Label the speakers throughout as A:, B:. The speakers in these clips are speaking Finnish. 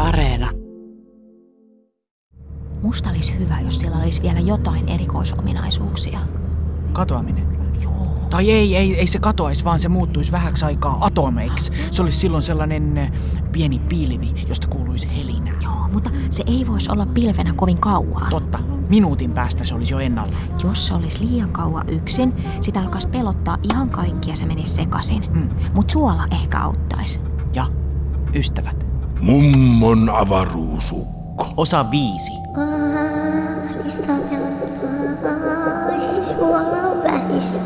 A: Areena.
B: Musta olisi hyvä, jos siellä olisi vielä jotain erikoisominaisuuksia.
C: Katoaminen. Tai ei, ei, ei se katoaisi, vaan se muuttuisi vähäksi aikaa atomeiksi. Se olisi silloin sellainen eh, pieni pilvi, josta kuuluisi helinää.
B: Joo, mutta se ei voisi olla pilvenä kovin kauan.
C: Totta, minuutin päästä se olisi jo ennalla.
B: Jos se olisi liian kauan yksin, sitä alkaisi pelottaa ihan kaikki ja se menisi sekaisin.
C: Mm.
B: Mut suola ehkä auttaisi.
C: Ja ystävät,
D: Mummon avaruusukko.
C: osa viisi.
E: Ahista pelottaa, ei suola vähissä.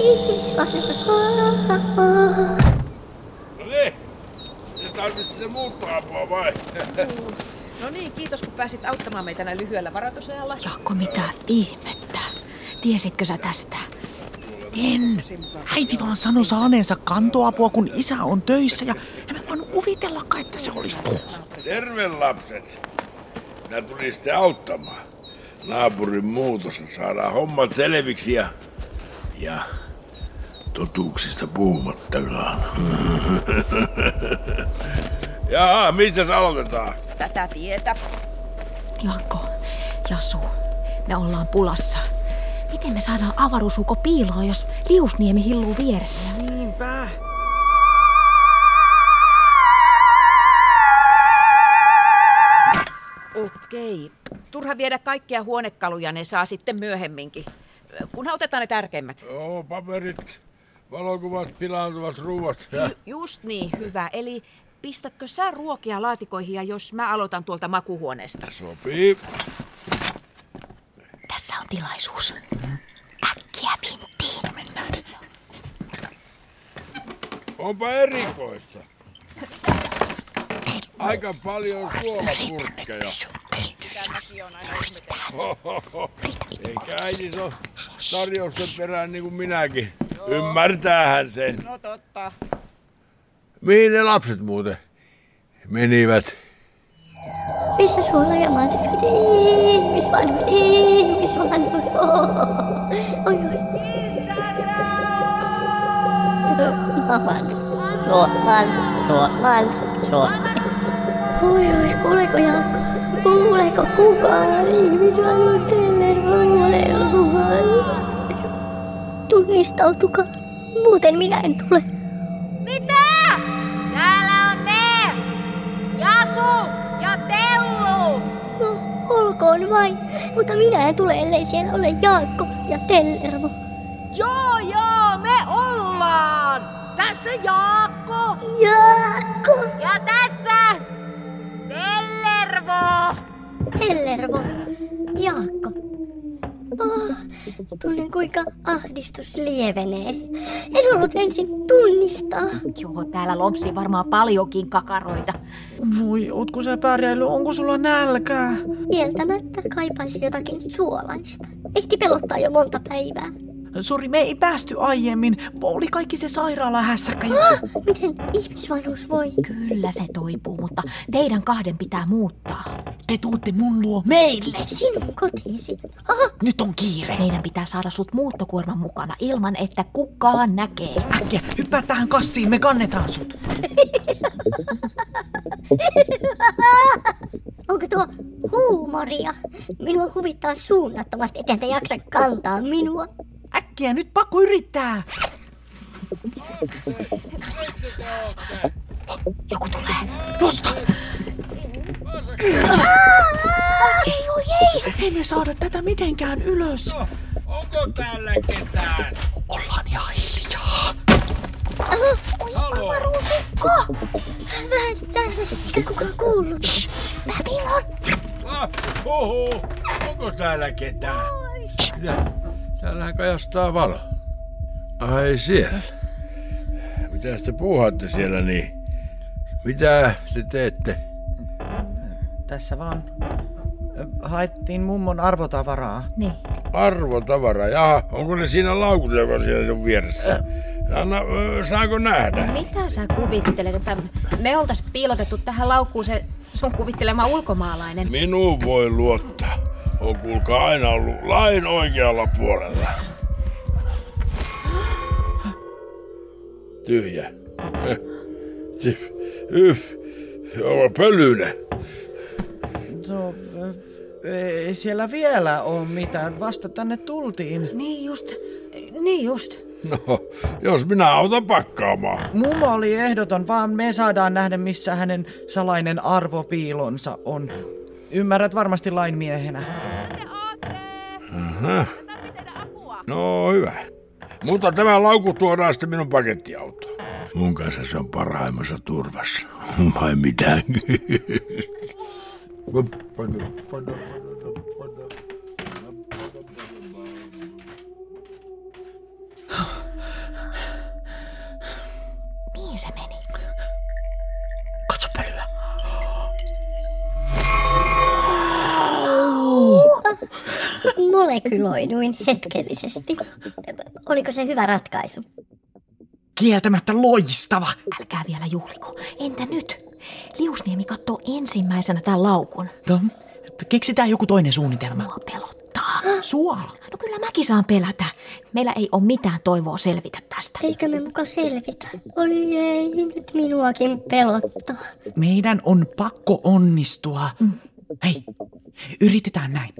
E: Ihmisvahinkoa.
F: niin. Ja tarvitsee muuta apua vai?
G: No niin, kiitos kun pääsit auttamaan meitä näin lyhyellä varoitusajalla.
B: Jakko, mitä ihmettä? Tiesitkö sä tästä?
C: En. Äiti vaan sanoi saaneensa kantoapua, kun isä on töissä ja en mä voinut kuvitellakaan, että se olisi tuhma.
F: Terve lapset. Minä tulin sitten auttamaan. Naapurin muutos saadaan hommat selviksi ja, ja totuuksista puhumattakaan. Jaha, mistä se aloitetaan?
G: Tätä tietä.
B: Jakko, Jasu, me ollaan pulassa. Miten me saadaan avaruusuko piiloon, jos liusniemi hilluu vieressä?
C: Niinpä.
G: Okei. Turha viedä kaikkia huonekaluja, ne saa sitten myöhemminkin. Kunhan otetaan ne tärkeimmät.
F: Joo, paperit, valokuvat, pilaantuvat ruuat. Ja
G: Just niin, hyvä. Eli pistätkö sä ruokia laatikoihin ja jos mä aloitan tuolta makuhuoneesta?
F: sopii.
B: Tässä on tilaisuus. Äkkiä vinttiin. Mennään.
F: Onpa erikoista. Aika paljon suomapurkkeja. Eikä äiti se ole tarjousten perään niin kuin minäkin. Ymmärtäähän sen.
G: No totta.
F: Mihin ne lapset muuten menivät?
E: Missä suola ja mansikat? Ihmisvanhus, ihmisvanhus. Oh, oi, oi. Mans, ruo, mans, ruo, mans, ruo. Oi, oi, kuuleeko Jaakko? Kuuleeko kukaan? Ihmisvanhus teille ruoille Tunnistautukaa, muuten minä en tule.
H: Mitä? Täällä on me! Jasu ja Tellu!
E: No, olkoon vain, mutta minä en tule, ellei siellä ole Jaakko ja Tellervo.
H: Joo, joo, me ollaan! Tässä Jaakko!
E: Jaakko!
H: Ja tässä Tellervo!
E: Tellervo! Jaakko! Oh, tunnen kuinka ahdistus lievenee. En ollut ensin tunnistaa.
B: Joo, täällä lompsii varmaan paljonkin kakaroita.
C: Voi, ootko sä pärjäillyt? Onko sulla nälkää?
E: Kieltämättä kaipaisin jotakin suolaista. Ehti pelottaa jo monta päivää.
C: Sori, me ei päästy aiemmin. Oli kaikki se sairaalahässäkkä. Ja...
E: Miten ihmisvanhus voi?
B: Kyllä se toipuu, mutta teidän kahden pitää muuttaa.
C: Te tuutte mun luo meille.
E: Sinun kotiisi. Aha,
C: Nyt on kiire.
B: Meidän pitää saada sut muuttokuorman mukana ilman, että kukaan näkee.
C: Äkkiä, hyppää tähän kassiin, me kannetaan sut.
E: onko tuo huumoria? Minua huvittaa suunnattomasti, ettei te jaksa kantaa minua.
C: Äkkiä, nyt pakko yrittää.
B: Joku tulee.
C: Nosta!
B: Ei, oi, ei.
C: Ei me saada tätä mitenkään ylös.
F: Onko täällä ketään?
C: Ollaan ihan hiljaa.
E: Avaruusukko! Vähän tästä, eikä kukaan kuullut. Babylon!
F: Ah, Oho, onko täällä ketään? Ja, täällähän kajastaa valo. Ai siellä. Mitä te puuhaatte siellä niin? Mitä te teette?
I: Tässä vaan ö, haettiin mummon arvotavaraa.
B: Niin.
F: Arvotavara, jaha, onko ne siinä laukussa, joka on siellä sun vieressä? Anna, ö, saanko nähdä?
J: Mitä sä kuvittelet, että me oltais piilotettu tähän laukkuun se sun kuvittelema ulkomaalainen?
F: Minuun voi luottaa. On kuulkaa aina ollut lain oikealla puolella. Tyhjä. Tyf. Yf. Se on pölyne.
C: No, ö, ei siellä vielä ole mitään. Vasta tänne tultiin.
B: Niin just, niin just.
F: No, jos minä autan pakkaamaan.
C: Mummo oli ehdoton, vaan me saadaan nähdä, missä hänen salainen arvopiilonsa on. Ymmärrät varmasti lainmiehenä.
F: Äh. No hyvä. Mutta tämä laukku tuodaan sitten minun pakettiautoon. Mun kanssa se on parhaimmassa turvassa. Vai mitä?
B: Mihin se meni?
K: Katso pölyä.
E: Molekyloiduin hetkellisesti. Oliko se hyvä ratkaisu?
K: Kieltämättä loistava.
B: Älkää vielä juhliko. Entä nyt? Liusniemi katsoo ensimmäisenä tämän laukun.
K: No, keksitään joku toinen suunnitelma.
B: Mua pelottaa.
K: Sua.
B: No kyllä mäkin saan pelätä. Meillä ei ole mitään toivoa selvitä tästä.
E: Eikö me muka selvitä? Oi ei, nyt minuakin pelottaa.
K: Meidän on pakko onnistua. Hei, yritetään näin.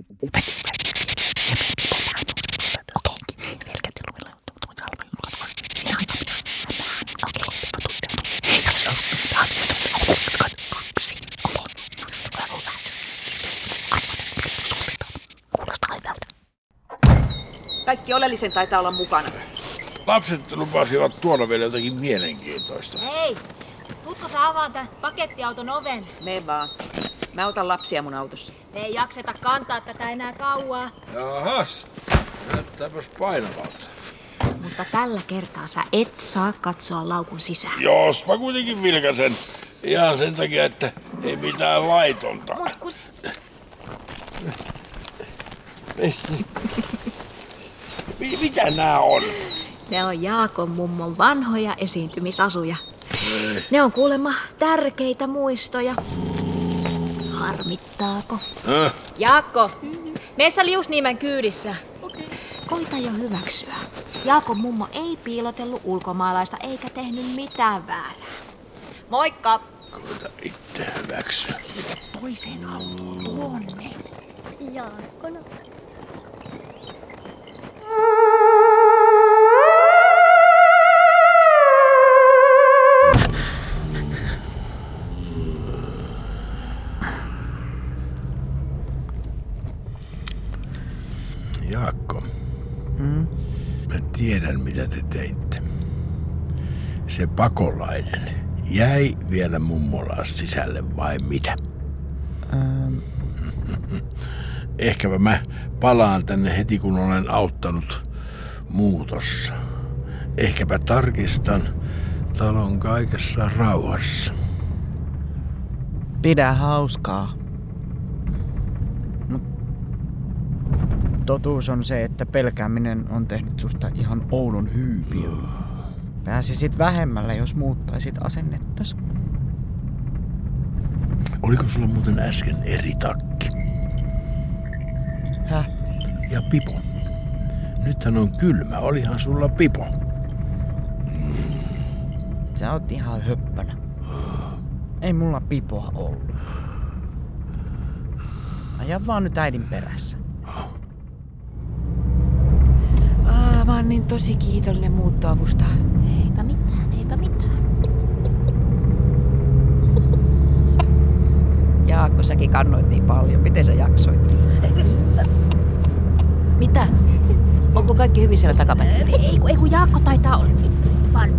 G: Kaikki oleellisen taitaa olla mukana.
F: Lapset lupasivat tuoda vielä jotakin mielenkiintoista.
J: Hei, tutko sä avaan tän pakettiauton oven?
G: Me vaan. Mä otan lapsia mun autossa.
J: Me ei jakseta kantaa tätä enää kauaa.
F: Jahas, näyttääpäs painavalta.
B: Mutta tällä kertaa sä et saa katsoa laukun sisään.
F: Jos mä kuitenkin vilkasen. Ihan sen takia, että ei mitään laitonta. Mi- Mitä nämä on?
B: Ne on Jaakon mummon vanhoja esiintymisasuja. Ne on kuulemma tärkeitä muistoja. Harmittaako?
J: Jaakko, meissä liusniimen kyydissä.
B: Koita jo hyväksyä. Jaakon mummo ei piilotellut ulkomaalaista eikä tehnyt mitään väärää.
J: Moikka.
F: Koita itse hyväksyä.
E: Jaakkona.
D: Jaakko, mm? mä tiedän mitä te teitte. Se pakolainen jäi vielä mummolaan sisälle vai mitä? Ehkäpä mä palaan tänne heti kun olen auttanut muutossa. Ehkäpä tarkistan talon kaikessa rauhassa.
C: Pidä hauskaa. Mut totuus on se, että pelkääminen on tehnyt susta ihan Oulun hyypiö. Pääsisit vähemmällä, jos muuttaisit asennettas.
D: Oliko sulla muuten äsken eri takki?
C: Häh?
D: Ja pipo. Nythän on kylmä. Olihan sulla pipo.
C: Sä oot ihan höppönä. Ei mulla pipoa ollut. Aja vaan nyt äidin perässä.
G: Aa, mä oon niin tosi kiitollinen muuttoavusta.
B: Eipä mitään, eipä mitään.
G: Jaakko, säkin kannoit niin paljon. Miten sä jaksoit? Mitä? Onko kaikki hyvin siellä takapäin?
B: Ei kun, ei kun Jaakko taitaa olla vaan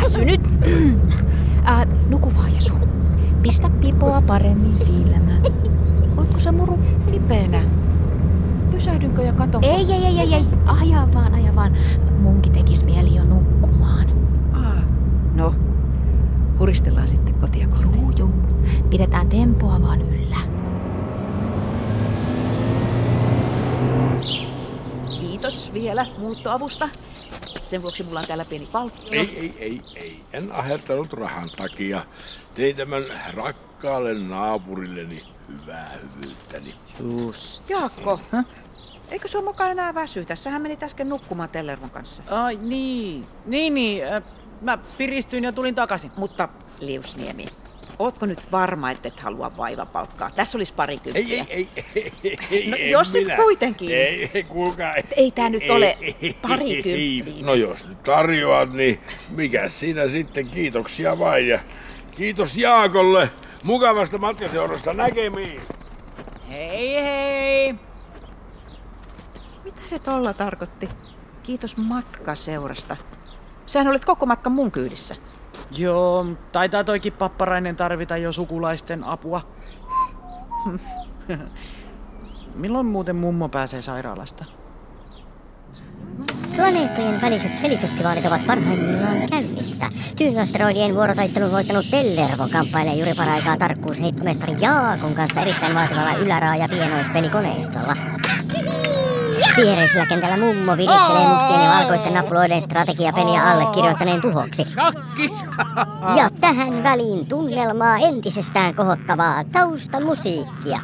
B: väsynyt. äh, nuku vaan Jesu. Pistä pipoa paremmin silmään.
G: Ootko sä muru kipeänä? Pysähdynkö ja katon?
B: Ei, ei, ei, ei, ei. Aja vaan, aja vaan. Munkin tekis mieli jo nukkumaan.
G: Aa, no, huristellaan sitten kotia kohti.
B: Juu, juu. Pidetään tempoa vaan yllä.
G: Kiitos vielä muuttoavusta. Sen vuoksi mulla on täällä pieni palkki.
F: Ei, ei, ei, ei. En ahertanut rahan takia. Tein tämän rakkaalle naapurilleni hyvää hyvyyttäni.
C: Just.
G: Jaakko, eikö se mukaan enää väsy? Tässähän menit äsken nukkumaan Tellervon kanssa.
C: Ai niin. Niin, niin. Äh, mä piristyin ja tulin takaisin.
G: Mutta Liusniemi, Ootko nyt varma, että et halua vaivapalkkaa? Tässä olisi parikymppiä.
F: Ei, ei, ei, ei, ei, ei
G: No,
F: en
G: jos nyt
F: minä.
G: kuitenkin.
F: Ei, ei kuulkaa.
G: ei tää nyt ole parikymppiä.
F: ei. No jos nyt tarjoat, niin mikä siinä sitten. Kiitoksia vain ja kiitos Jaakolle mukavasta matkaseurasta näkemiin.
H: Hei hei!
G: Mitä se tolla tarkoitti? Kiitos matkaseurasta. Sähän olet koko matka mun kyydissä.
C: Joo, taitaa toikin papparainen tarvita jo sukulaisten apua. Milloin muuten mummo pääsee sairaalasta?
E: Planeettojen väliset pelifestivaalit ovat parhaimmillaan käynnissä. Tyysasteroidien vuorotaistelun voittanut Pellervo kamppailee juuri paraikaa tarkkuusheittomestari Jaakon kanssa erittäin vaativalla ylärää- ja pienoispelikoneistolla. Viereisellä kentällä mummo virittelee mustien ja valkoisten nappuloiden strategiapeliä allekirjoittaneen tuhoksi. Ja tähän väliin tunnelmaa entisestään kohottavaa taustamusiikkia.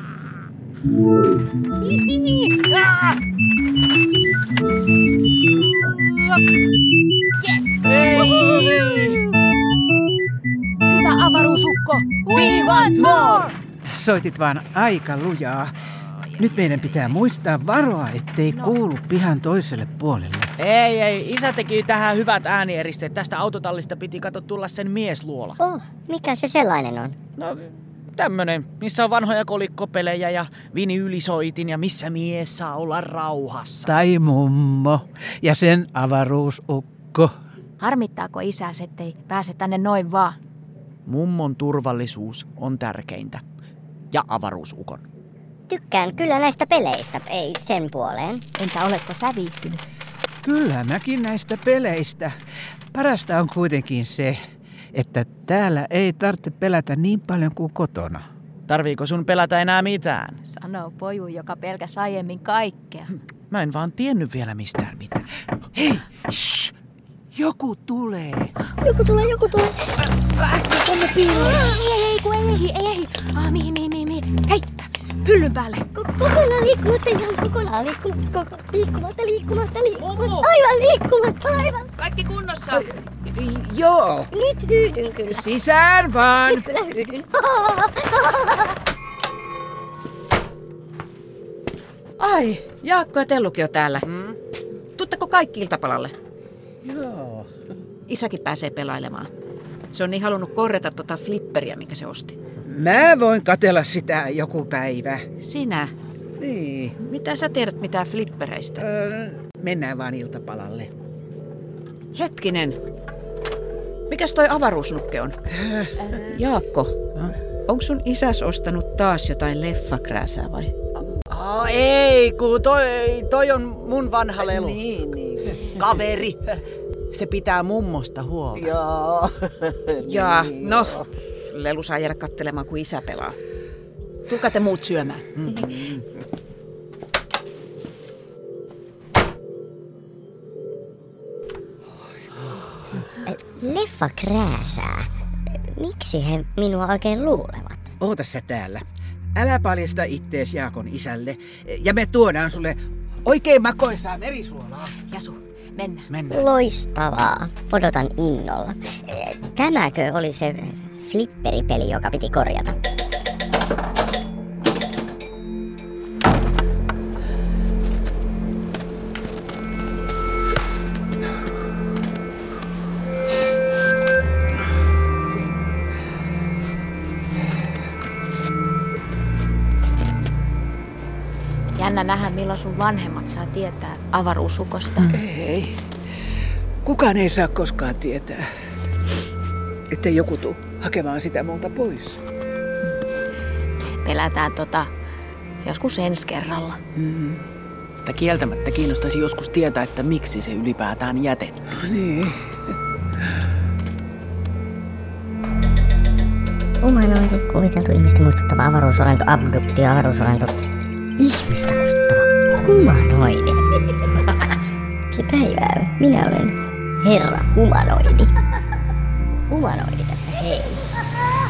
B: Hyvä avaruusukko! We want more!
L: Soitit vaan aika lujaa. Nyt meidän pitää muistaa varoa, ettei no. kuulu pihan toiselle puolelle.
C: Ei, ei. Isä teki tähän hyvät äänieristeet. Tästä autotallista piti kato tulla sen miesluola.
E: Oh, mikä se sellainen on?
C: No, tämmönen, missä on vanhoja kolikkopelejä ja vinyylisoitin ja missä mies saa olla rauhassa.
L: Tai mummo ja sen avaruusukko.
B: Harmittaako isäs, ettei pääse tänne noin vaan?
C: Mummon turvallisuus on tärkeintä. Ja avaruusukon.
E: Tykkään kyllä näistä peleistä, ei sen puoleen.
B: Entä oletko sä viihtynyt?
L: Kyllä mäkin näistä peleistä. Parasta on kuitenkin se, että täällä ei tarvitse pelätä niin paljon kuin kotona.
C: Tarviiko sun pelätä enää mitään?
B: Sanoo poju, joka pelkäsi aiemmin kaikkea.
C: Mä en vaan tiennyt vielä mistään mitään. Hei! Shh! Joku tulee.
E: Joku tulee, joku tulee. Äkkiä tänne piiloon.
B: Ei, ei, ei, kun ei ehdi, ei ehdi. Ah, mihin, mihin, mihin, mihin. Hei, hyllyn päälle.
E: Ko- kokonaan liikkumatta, ihan kokonaan liikkumatta, koko, liikkumatta, liikkumatta, liikkumatta, aivan liikkumatta, aivan.
G: Kaikki kunnossa.
L: Joo,
E: Nyt hyydyn kyllä,
L: sisään vaan.
E: nyt kyllä hyydyn.
G: Ai, Jaakko ja Tellukin on täällä. Mm. Tutteko kaikki iltapalalle?
L: Joo.
G: Isäkin pääsee pelailemaan. Se on niin halunnut korjata tota flipperiä, mikä se osti.
L: Mä voin katella sitä joku päivä.
G: Sinä,
L: Niin.
G: mitä sä tiedät mitään flippereistä?
L: Öö, mennään vaan iltapalalle.
G: Hetkinen. Mikäs toi avaruusnukke on? Jaakko, onko sun isäs ostanut taas jotain leffakrääsää vai?
C: Oh, ei, kun toi, toi on mun vanha lelu.
L: Niin, niin.
C: Kaveri. Se pitää mummosta huolta.
L: Joo.
G: Jaa, no, Lelu saa jäädä kattelemaan, kun isä pelaa. Tulkaa te muut syömään.
E: Leffa krääsää. Miksi he minua oikein luulevat?
L: Oota sä täällä. Älä paljasta ittees Jaakon isälle. Ja me tuodaan sulle oikein makoisaa merisuolaa.
B: Jasu, mennään.
L: Mennään.
E: Loistavaa, odotan innolla. Eh, Tämäkö oli se flipperipeli, joka piti korjata?
B: Jännä nähdä, milloin sun vanhemmat saa tietää avaruusukosta.
L: Ei. Kukaan ei saa koskaan tietää, ettei joku tuu hakemaan sitä multa pois.
B: Pelätään tota joskus ensi kerralla.
M: Mutta kieltämättä kiinnostaisi joskus tietää, että miksi se ylipäätään jätettiin.
E: Humanoidi, kuviteltu ihmistä muistuttava avaruusolento, abduktio, avaruusolento, ihmistä muistuttava humanoidi. Se päivää, minä olen herra humanoidi. Humanoidi tässä, hei.